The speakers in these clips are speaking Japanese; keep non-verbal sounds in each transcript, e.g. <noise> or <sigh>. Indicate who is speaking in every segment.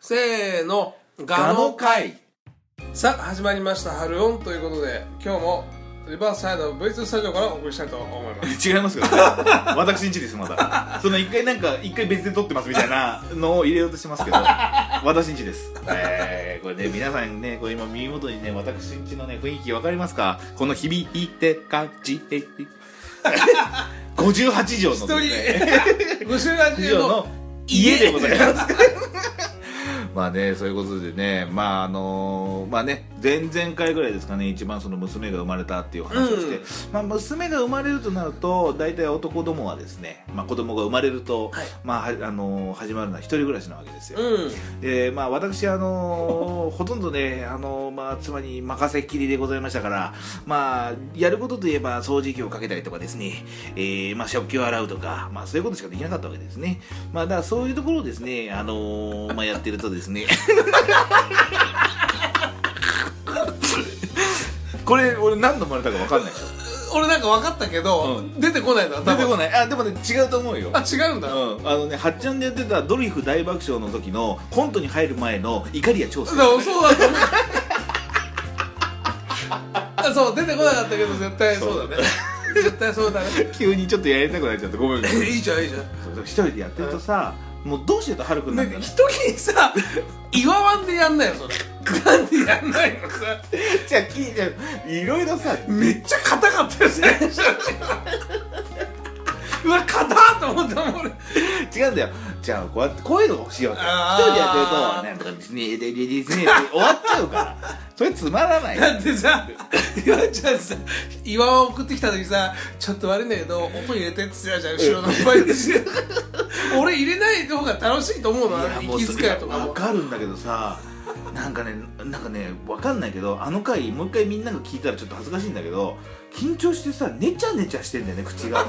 Speaker 1: せーの
Speaker 2: ガ
Speaker 1: ガ
Speaker 2: ノ
Speaker 1: ノ
Speaker 2: 会
Speaker 1: さあ始まりました「春オン」ということで今日もリバーサイド V2 スタジオからお送りしたいと思います
Speaker 2: 違いますから私んちですまだその一回なんか一回別で撮ってますみたいなのを入れようとしてま
Speaker 1: <laughs>
Speaker 2: すけど私んちですえー、これね皆さんねこれ今耳元にね私んちのね雰囲気わかりますかこの響いて感じ
Speaker 1: <laughs>
Speaker 2: て58畳の
Speaker 1: 一
Speaker 2: ですね
Speaker 1: 人 <laughs> ご主ラ
Speaker 2: 以
Speaker 1: ジ
Speaker 2: 上
Speaker 1: オの
Speaker 2: の家でございます。まあね、そういうことでね、まああのまあね、前々回ぐらいですかね、一番その娘が生まれたっていう話をして、
Speaker 1: うん
Speaker 2: まあ娘が生まれるとなると、大体男どもはですね、まあ子供が生まれると、
Speaker 1: はい
Speaker 2: まあはあの始まるのは一人暮らしなわけですよ。
Speaker 1: うん
Speaker 2: でまあ私あのほとんどねあのまあ妻に任せっきりでございましたからまあやることといえば掃除機をかけたりとかですね、えーまあ食器を洗うとかまあそういうことしかできなかったわけですねまあだからそういうところをですねあのまあやってるとですね <laughs> これ俺何の生まれたか分かんないでしょ
Speaker 1: 俺なんか分かったけど、
Speaker 2: うん
Speaker 1: 出てこないの
Speaker 2: 出
Speaker 1: 頭
Speaker 2: てこないあでもね違うと思うよ
Speaker 1: あ違うんだ、
Speaker 2: うん、あのね、はっちゃんでやってたドリフ大爆笑の時のコントに入る前の怒りや調査
Speaker 1: だからそうだと思うあそう出てこなかった <laughs> けど絶対そうだね絶対そうだね <laughs>
Speaker 2: 急にちょっとやりたくなっちゃってごめんごめん
Speaker 1: えいいじゃんいいじゃん
Speaker 2: そう一人でやってるとさもうどうしてとはるくんなん
Speaker 1: ね
Speaker 2: か、ね
Speaker 1: 一人にさ岩わんでやんないよそれなんでやんないのさ
Speaker 2: じゃあ聞いていろいろさ
Speaker 1: めっちゃ硬かったよ最初 <laughs> うわ硬っと思ったもん俺
Speaker 2: 違うんだよじゃあこうやってこういうのが欲しいわけ一
Speaker 1: あー
Speaker 2: 人でやってると「なんとかですねででですね」って終わっちゃうからそれつまらない
Speaker 1: だってさ岩わちゃんさ岩わん送ってきた時さちょっと悪いんだけど音入れてって言ってたじゃん後ろのバイクで俺入れない方が楽しいと思うのあの
Speaker 2: もう
Speaker 1: 息遣いとか
Speaker 2: わ
Speaker 1: も
Speaker 2: かるんだけどさなんかねなんかねわかんないけどあの回もう一回みんなが聞いたらちょっと恥ずかしいんだけど緊張してさネチャネチャしてんだよね口 <laughs> が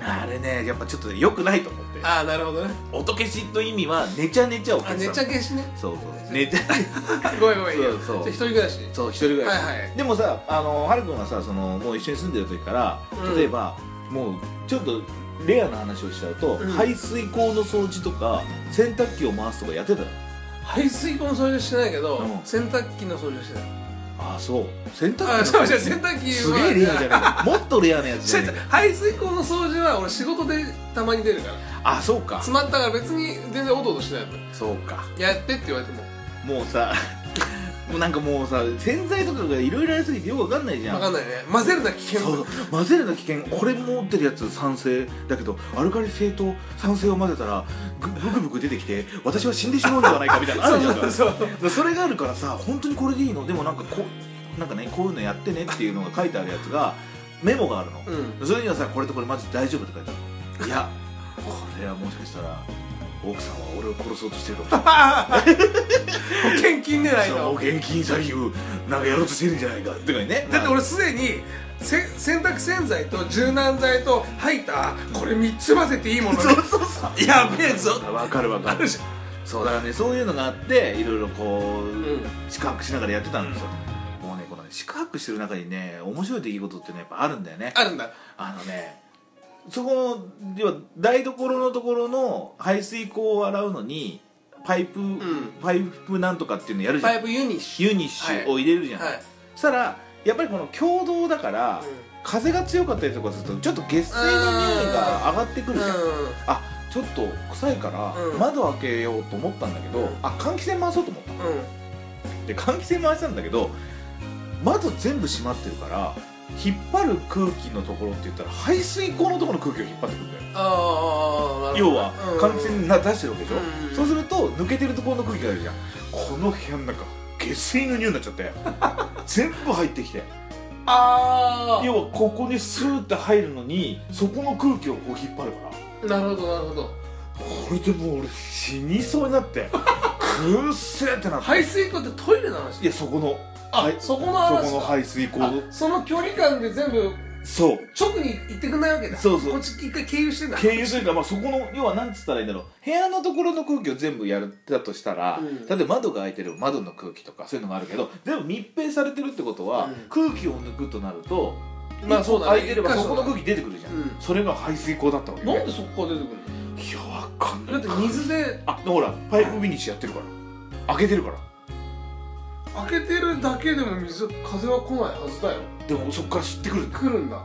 Speaker 2: あれねやっぱちょっと良くないと思って
Speaker 1: ああなるほどね
Speaker 2: 音消しという意味はネチャネチャを
Speaker 1: あ
Speaker 2: 消
Speaker 1: 寝
Speaker 2: し
Speaker 1: ち
Speaker 2: た
Speaker 1: ゃ
Speaker 2: の
Speaker 1: けしね
Speaker 2: そうそうネ
Speaker 1: <laughs>
Speaker 2: チャ
Speaker 1: ごめんごめんいいよ
Speaker 2: そうそう
Speaker 1: じゃあ一人暮らし
Speaker 2: そう一人暮らし、
Speaker 1: はいはい
Speaker 2: でもさあのはるくんはさそのもう一緒に住んでる時から
Speaker 1: うん
Speaker 2: 例えば、もうちょっとレアな話をしちゃうと、
Speaker 1: うん
Speaker 2: 排水口の掃除とか洗濯機を回すとかやってたの
Speaker 1: 排水口の掃除してないけど、
Speaker 2: うん
Speaker 1: 洗濯機の掃除してた
Speaker 2: ああそう洗濯機
Speaker 1: あそうじゃあ洗濯機
Speaker 2: す
Speaker 1: は
Speaker 2: げえレアじゃな
Speaker 1: <laughs>
Speaker 2: いもっとレアなやつじ
Speaker 1: 違
Speaker 2: ゃ
Speaker 1: う違
Speaker 2: な
Speaker 1: う
Speaker 2: い
Speaker 1: 排水口の掃除は俺仕事でたまに出るから
Speaker 2: あそうか
Speaker 1: 詰まったから別に全然おどおどしてないもん
Speaker 2: そうか
Speaker 1: やってって言われても
Speaker 2: もうさ <laughs> もうなんかもうさ洗剤とかがいろいろありすぎてよくわかんないじゃ
Speaker 1: 分
Speaker 2: ん
Speaker 1: かんないね混ぜるな危険
Speaker 2: そう混ぜるの危険これ持ってるやつ酸性だけどアルカリ性と酸性を混ぜたらぐブクブク出てきて私は死んでしまうんではないかみたいなのあるじゃん
Speaker 1: そうそうそう
Speaker 2: だからそれがあるからさ本当にこれでいいのでもなんかこうなんかねこういうのやってねっていうのが書いてあるやつがメモがあるの、
Speaker 1: うん
Speaker 2: それにはさこれとこれまず大丈夫って書いてあるいやこれはもしかしたら奥さんは俺を殺そうとしてるかもしれない
Speaker 1: 保険金狙い
Speaker 2: そう
Speaker 1: の
Speaker 2: 現金詐欺をなんかやろうとしてるんじゃないかってかね
Speaker 1: だって俺すでにせ洗濯洗剤と柔軟剤と入ったこれ3つ混ぜていいもの
Speaker 2: そうそうそう
Speaker 1: やべえぞ
Speaker 2: あわかるわか
Speaker 1: あ
Speaker 2: る
Speaker 1: るじゃん
Speaker 2: そうだからねそういうのがあっていろいろこう、
Speaker 1: うん
Speaker 2: 四苦八苦しながらやってたんですよ、もうねこのね四苦八苦してる中にね面白い出来事ってねやっぱあるんだよね
Speaker 1: あるんだ
Speaker 2: あのねそこの要は台所のところの排水口を洗うのにパイプ、
Speaker 1: ん
Speaker 2: パイプなんとかっていうのやるじゃ
Speaker 1: パ
Speaker 2: ん
Speaker 1: イプユニッシ
Speaker 2: ユニッシュを入れるじゃ
Speaker 1: ュ
Speaker 2: ん、
Speaker 1: はい
Speaker 2: そしたらやっぱりこの共同だから、
Speaker 1: う
Speaker 2: 風が強かったりとかするとちょっと下水の匂いが上がってくるじゃん、
Speaker 1: う
Speaker 2: あちょっと臭いから
Speaker 1: うん
Speaker 2: 窓開けようと思ったんだけど、
Speaker 1: うん
Speaker 2: あ換気扇回そうと思った
Speaker 1: んうん
Speaker 2: で換気扇回したんだけど窓全部閉まってるから引っ張る空気のところって言ったら排水口のところの空気を引っ張ってくるんだよ
Speaker 1: ああ
Speaker 2: 要は換気
Speaker 1: に
Speaker 2: 扇な出してるわけでしょ、
Speaker 1: うん
Speaker 2: そうすると抜けてるところの空気があるじゃんこの部屋の中下水の匂いになっちゃって
Speaker 1: <laughs>
Speaker 2: 全部入ってきて
Speaker 1: あ
Speaker 2: 要はここにスーッて入るのにそこの空気をこう引っ張るから
Speaker 1: あなるほどなるほど
Speaker 2: これでもう俺死にそうになってくっせーってなって
Speaker 1: 排水口ってトイレの話
Speaker 2: いやそこの
Speaker 1: あ、
Speaker 2: はい
Speaker 1: そこの
Speaker 2: そ
Speaker 1: 話
Speaker 2: この排水口
Speaker 1: あその距離感で全部
Speaker 2: そう
Speaker 1: 直に行ってくんないわけだ
Speaker 2: そうそう
Speaker 1: こっち一回経由してんだ
Speaker 2: 経由というか、まあ、そこの要はなんつったらいいんだろう部屋のところの空気を全部やるだとしたら、
Speaker 1: うん
Speaker 2: 例えば窓が開いてる窓の空気とかそういうのがあるけど全部密閉されてるってことは、
Speaker 1: うん
Speaker 2: 空気を抜くとなると、
Speaker 1: まあそうだね
Speaker 2: 開いてれば
Speaker 1: 一箇所
Speaker 2: そこの空気出てくるじゃん、
Speaker 1: うん
Speaker 2: それが排水口だったわけね
Speaker 1: なんでそこから出てくるの
Speaker 2: いやわかんない
Speaker 1: だって水で
Speaker 2: あほらパイプフィニッシュやってるから開けてるから
Speaker 1: 開けてるだけでも水風は来ないはずだよ
Speaker 2: でもそこから吸ってくるんだ
Speaker 1: 来るんだ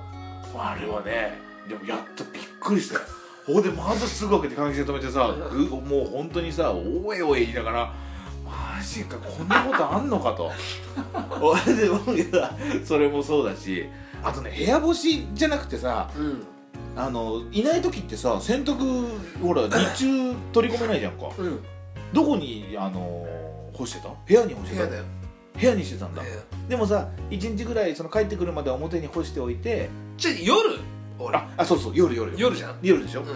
Speaker 2: あれはねでもやったびっくりしたよほんでまずすぐ開けて換気扇止めてさぐもう本当にさおえおえ言いながらマジかこんなことあんのかと <laughs> 俺でもいやそれもそうだしあとね部屋干しじゃなくてさ
Speaker 1: うん
Speaker 2: あのいない時ってさ洗濯ほ <laughs> ら日中取り込めないじゃんか
Speaker 1: うん
Speaker 2: どこにあの干してた部屋に干し
Speaker 1: 部
Speaker 2: てた
Speaker 1: 屋だよ
Speaker 2: 部屋にしてたんだ
Speaker 1: 部屋
Speaker 2: でもさ1日ぐらいその帰ってくるまでは表に干しておいて
Speaker 1: ちょ夜俺
Speaker 2: ああそうそう夜夜
Speaker 1: 夜じゃん
Speaker 2: 夜でしょ、
Speaker 1: うん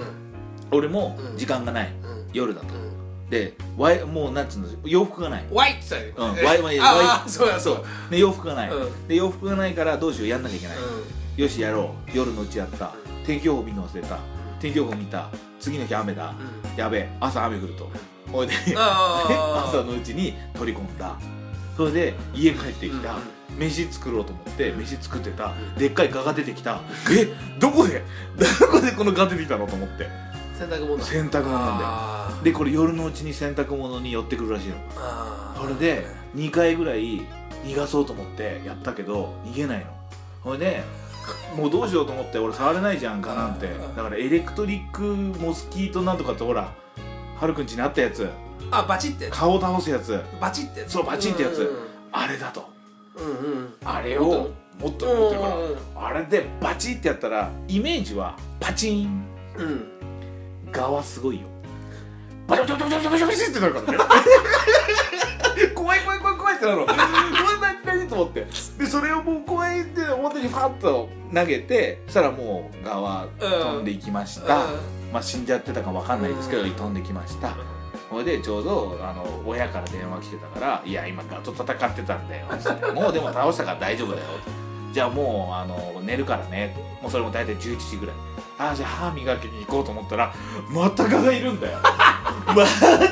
Speaker 2: 俺も
Speaker 1: うん
Speaker 2: 時間がない
Speaker 1: うん
Speaker 2: 夜だと
Speaker 1: うん
Speaker 2: でわいもうなんつうの洋服がない
Speaker 1: ワイって言った
Speaker 2: う
Speaker 1: よ
Speaker 2: ん
Speaker 1: ね
Speaker 2: わいわい
Speaker 1: あ
Speaker 2: わ
Speaker 1: あ
Speaker 2: い
Speaker 1: そうやそう
Speaker 2: で洋服がない、
Speaker 1: うん
Speaker 2: で洋服がないからどうしようやんなきゃいけない、よしやろう夜のうちやった天気予報見るの忘れた天気予報見た次の日雨だ
Speaker 1: うんうん
Speaker 2: やべえ朝雨降るとほいで
Speaker 1: <laughs> あ
Speaker 2: <laughs> 朝のうちに取り込んだそれで家帰ってきた、
Speaker 1: うん
Speaker 2: 飯作ろうと思って飯作ってた
Speaker 1: うん
Speaker 2: でっかいガが出てきたえどこで <laughs> どこでこのガ出てきたのと思って
Speaker 1: 洗濯物
Speaker 2: 洗濯物なんだよ
Speaker 1: あー
Speaker 2: でこれ夜のうちに洗濯物に寄ってくるらしいの
Speaker 1: あー
Speaker 2: それで2回ぐらい逃がそうと思ってやったけど逃げないのほいでもうどうしようと思って俺触れないじゃんかなんてだからエレクトリックモスキートなんとかってほらはるくんちにあったやつ
Speaker 1: あバチって
Speaker 2: 顔を倒すやつ
Speaker 1: バチってやつ
Speaker 2: そうバチってやつあれだと
Speaker 1: うんうんうん
Speaker 2: あれを持ってる持ってるか
Speaker 1: うん
Speaker 2: らあれでバチってやったらイメージはパチン
Speaker 1: うんうん
Speaker 2: 側はすごいよバチバチバチバチバチバチってなるからね <laughs> 怖い怖い怖い怖いってなるのうわ何何と思ってでそれをもう怖いって表にファッと投げてそしたらもう側飛んでいきました、まあ死んじゃってたかわかんないですけど、
Speaker 1: うん
Speaker 2: 飛んできましたそれでちょうどあの親から電話来てたから「いや今ガと戦ってたんだよ」もうでも倒したから大丈夫だよ」じゃあもうあの寝るからね」もうそれも大体11時ぐらい「ああじゃあ歯磨きに行こう」と思ったらまたガがいるん
Speaker 1: <laughs>
Speaker 2: だよマ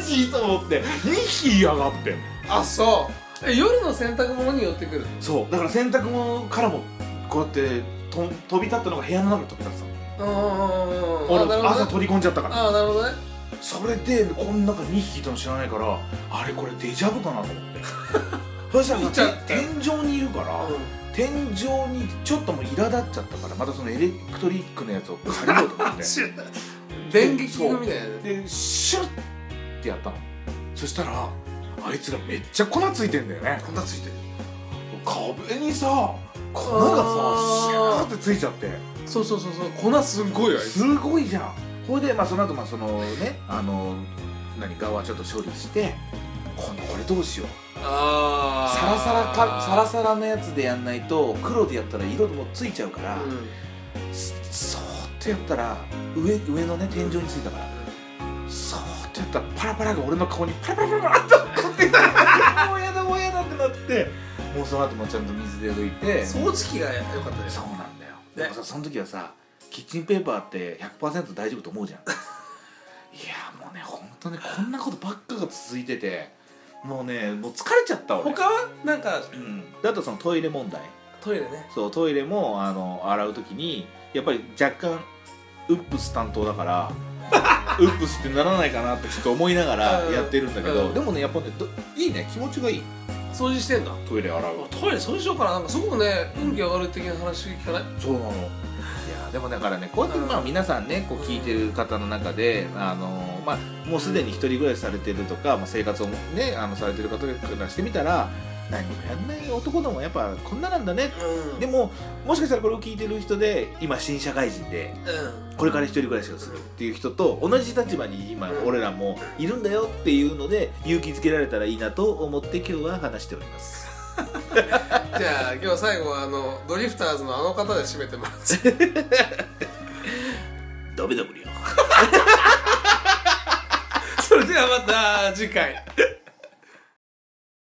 Speaker 2: ジと思って2匹いやがって
Speaker 1: あそうえ夜の洗濯物に寄ってくる
Speaker 2: そうだから洗濯物からもこうやってと飛び立ったのが部屋の中に飛び立って
Speaker 1: うんうんうん
Speaker 2: た
Speaker 1: う
Speaker 2: の
Speaker 1: んなる
Speaker 2: 俺
Speaker 1: ほ
Speaker 2: 朝
Speaker 1: どね
Speaker 2: 取り込んじゃったから
Speaker 1: あーなるほどね
Speaker 2: それでこの中2匹いたの知らないからあれこれデジャブかなと思って
Speaker 1: <laughs>
Speaker 2: そした
Speaker 1: 見
Speaker 2: ら
Speaker 1: ちゃ
Speaker 2: さ
Speaker 1: った
Speaker 2: 天井にいるから、天井にちょっともう苛立っちゃったからまたそのエレクトリックのやつを借りようと
Speaker 1: <laughs>
Speaker 2: 思って
Speaker 1: シュッ電撃のみたいなね
Speaker 2: でシュッってやったのそしたらあいつらめっちゃ粉ついてんだよね
Speaker 1: こんなついてる
Speaker 2: 壁にさ粉がさ
Speaker 1: あー
Speaker 2: シューってついちゃって
Speaker 1: そうそうそうそう粉すんごいよあいつ
Speaker 2: すごいじゃんほいでまあその後まあそのねあの何側ちょっと処理して今度これどうしよう
Speaker 1: あ
Speaker 2: サラサラかサラサラのやつでやんないと黒でやったら色もついちゃうから、
Speaker 1: うん
Speaker 2: そそーっとやったら上上のね天井についたから、そーっとやったらパラパラが俺の顔にパラパラパラパラっとこ
Speaker 1: <laughs>
Speaker 2: ってきてもうやだもうやだってなってもうその後もちゃんと水で拭いて
Speaker 1: 掃除機が良かったね
Speaker 2: そうなんだよ
Speaker 1: ね
Speaker 2: でもさその時はさキッチンペーパーって100%大丈夫と思う
Speaker 1: <laughs>
Speaker 2: じゃんいやもうね本当ねこんなことばっかが続いててもうねもう疲れちゃった俺
Speaker 1: 他はなんか
Speaker 2: うん、であとそのトイレ問題
Speaker 1: トイレね
Speaker 2: そうトイレもあの洗う時にやっぱり若干ウップス担当だから <laughs> ウップスってならないかなってちょっと思いながら
Speaker 1: うん
Speaker 2: やってるんだけど、
Speaker 1: うん
Speaker 2: でもねやっぱねどいいね気持ちがいい
Speaker 1: 掃除してんだ
Speaker 2: トイレ洗う
Speaker 1: トイレ掃除しようかななんかすごくね運気上がる的な話聞かない
Speaker 2: そうなのいやでもだからねこうやってまあ皆さんねこう聞いてる方の中であのまあもうすでに一人暮らしされてるとか、まあ、生活をねあのされてる方からしてみたら何もやんない男どもやっぱこんななんだね
Speaker 1: うん
Speaker 2: でももしかしたらこれを聞いてる人で今新社会人で
Speaker 1: うん
Speaker 2: これから一人暮らしをするっていう人と同じ立場に今
Speaker 1: うん
Speaker 2: 俺らもいるんだよっていうので勇気づけられたらいいなと思って今日は話しております
Speaker 1: じゃあ今日最後はあのドリフターズのあの方で締めて <laughs> もらって
Speaker 2: ダメだこりゃ
Speaker 1: それではまた次回